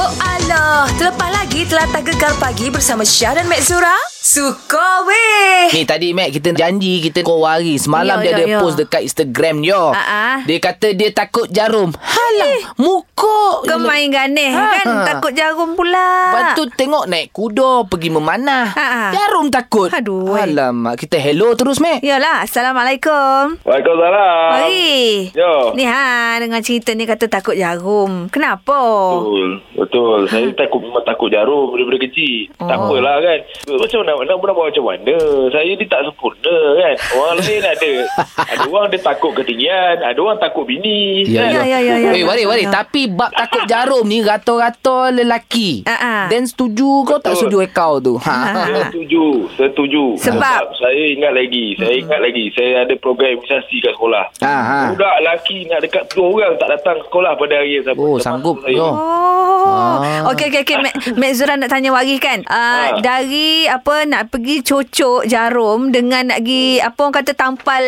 Oh alah, terlepas lagi telatah gegar pagi bersama Syah dan Mek Zura. Suka weh. Ni tadi Mac kita janji kita kau hari Semalam Yo, dia yo, ada yo. post dekat Instagram dia Ya, ah. Eh. Dia kata dia takut jarum Halah Mukuk Kau main ganeh kan? Ha. Takut jarum pula. Lepas tu tengok naik kuda Pergi memanah Ha, ha. Jarum takut Aduh, eh. Alamak Kita hello terus Mac Yalah, Assalamualaikum. Waalaikumsalam. Mari. Yo. Ni ha, dengan cerita ni kata takut jarum. Kenapa? Betul. Betul. Saya takut memang takut jarum daripada kecil. Oh. Tak apalah kan. Macam mana nak, nak buat macam mana? Saya ni tak sempurna kan. Orang lain ada. Ada orang dia takut ketinggian, ada orang takut bini. kan? ya. ya, ya, ya, Eh, wari, ya, wari. ya. Tapi bab takut jarum ni rata-rata lelaki. Ha, ha. Dan setuju kau tak Betul. setuju kau tu. Ha. Ah, Saya Setuju, setuju. Sebab? saya ingat lagi, saya ingat lagi, saya ada program imunisasi kat sekolah. Ha, ha. Budak lelaki nak dekat 10 orang tak datang sekolah pada hari yang sama. Oh, Termasuk sanggup. saya. Yo. Oh. Ah. Okey okey okey Mek, Mek Zura nak tanya Wari kan. Uh, Ah. dari apa nak pergi cocok jarum dengan nak pergi apa orang kata tampal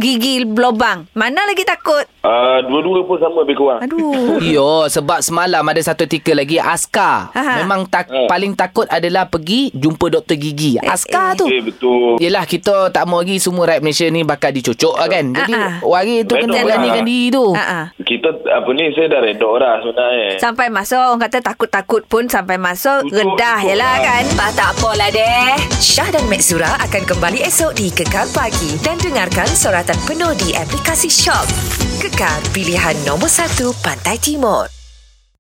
gigi lubang. Mana lagi takut? Ah, dua-dua pun sama lebih kurang. Aduh. Yo, sebab semalam ada satu artikel lagi Askar. Ha, ha. Memang tak, Ha. paling takut adalah pergi jumpa doktor gigi. Askar eh. tu. Eh, betul. Yelah kita tak mau lagi semua rakyat Malaysia ni bakal dicocok lah kan. Jadi Ah, ah. wari tu kena Betul. beranikan Ah. diri tu. Ha ah. Kita apa ni saya dah redok dah sebenarnya. Sampai masuk Orang kata takut-takut pun Sampai masuk Tutup, Redah tutup je lah lah. kan Pak tak apalah deh Syah dan Mek Zura Akan kembali esok di Kekar Pagi Dan dengarkan soratan penuh Di aplikasi Shock Kekar Pilihan nombor 1 Pantai Timur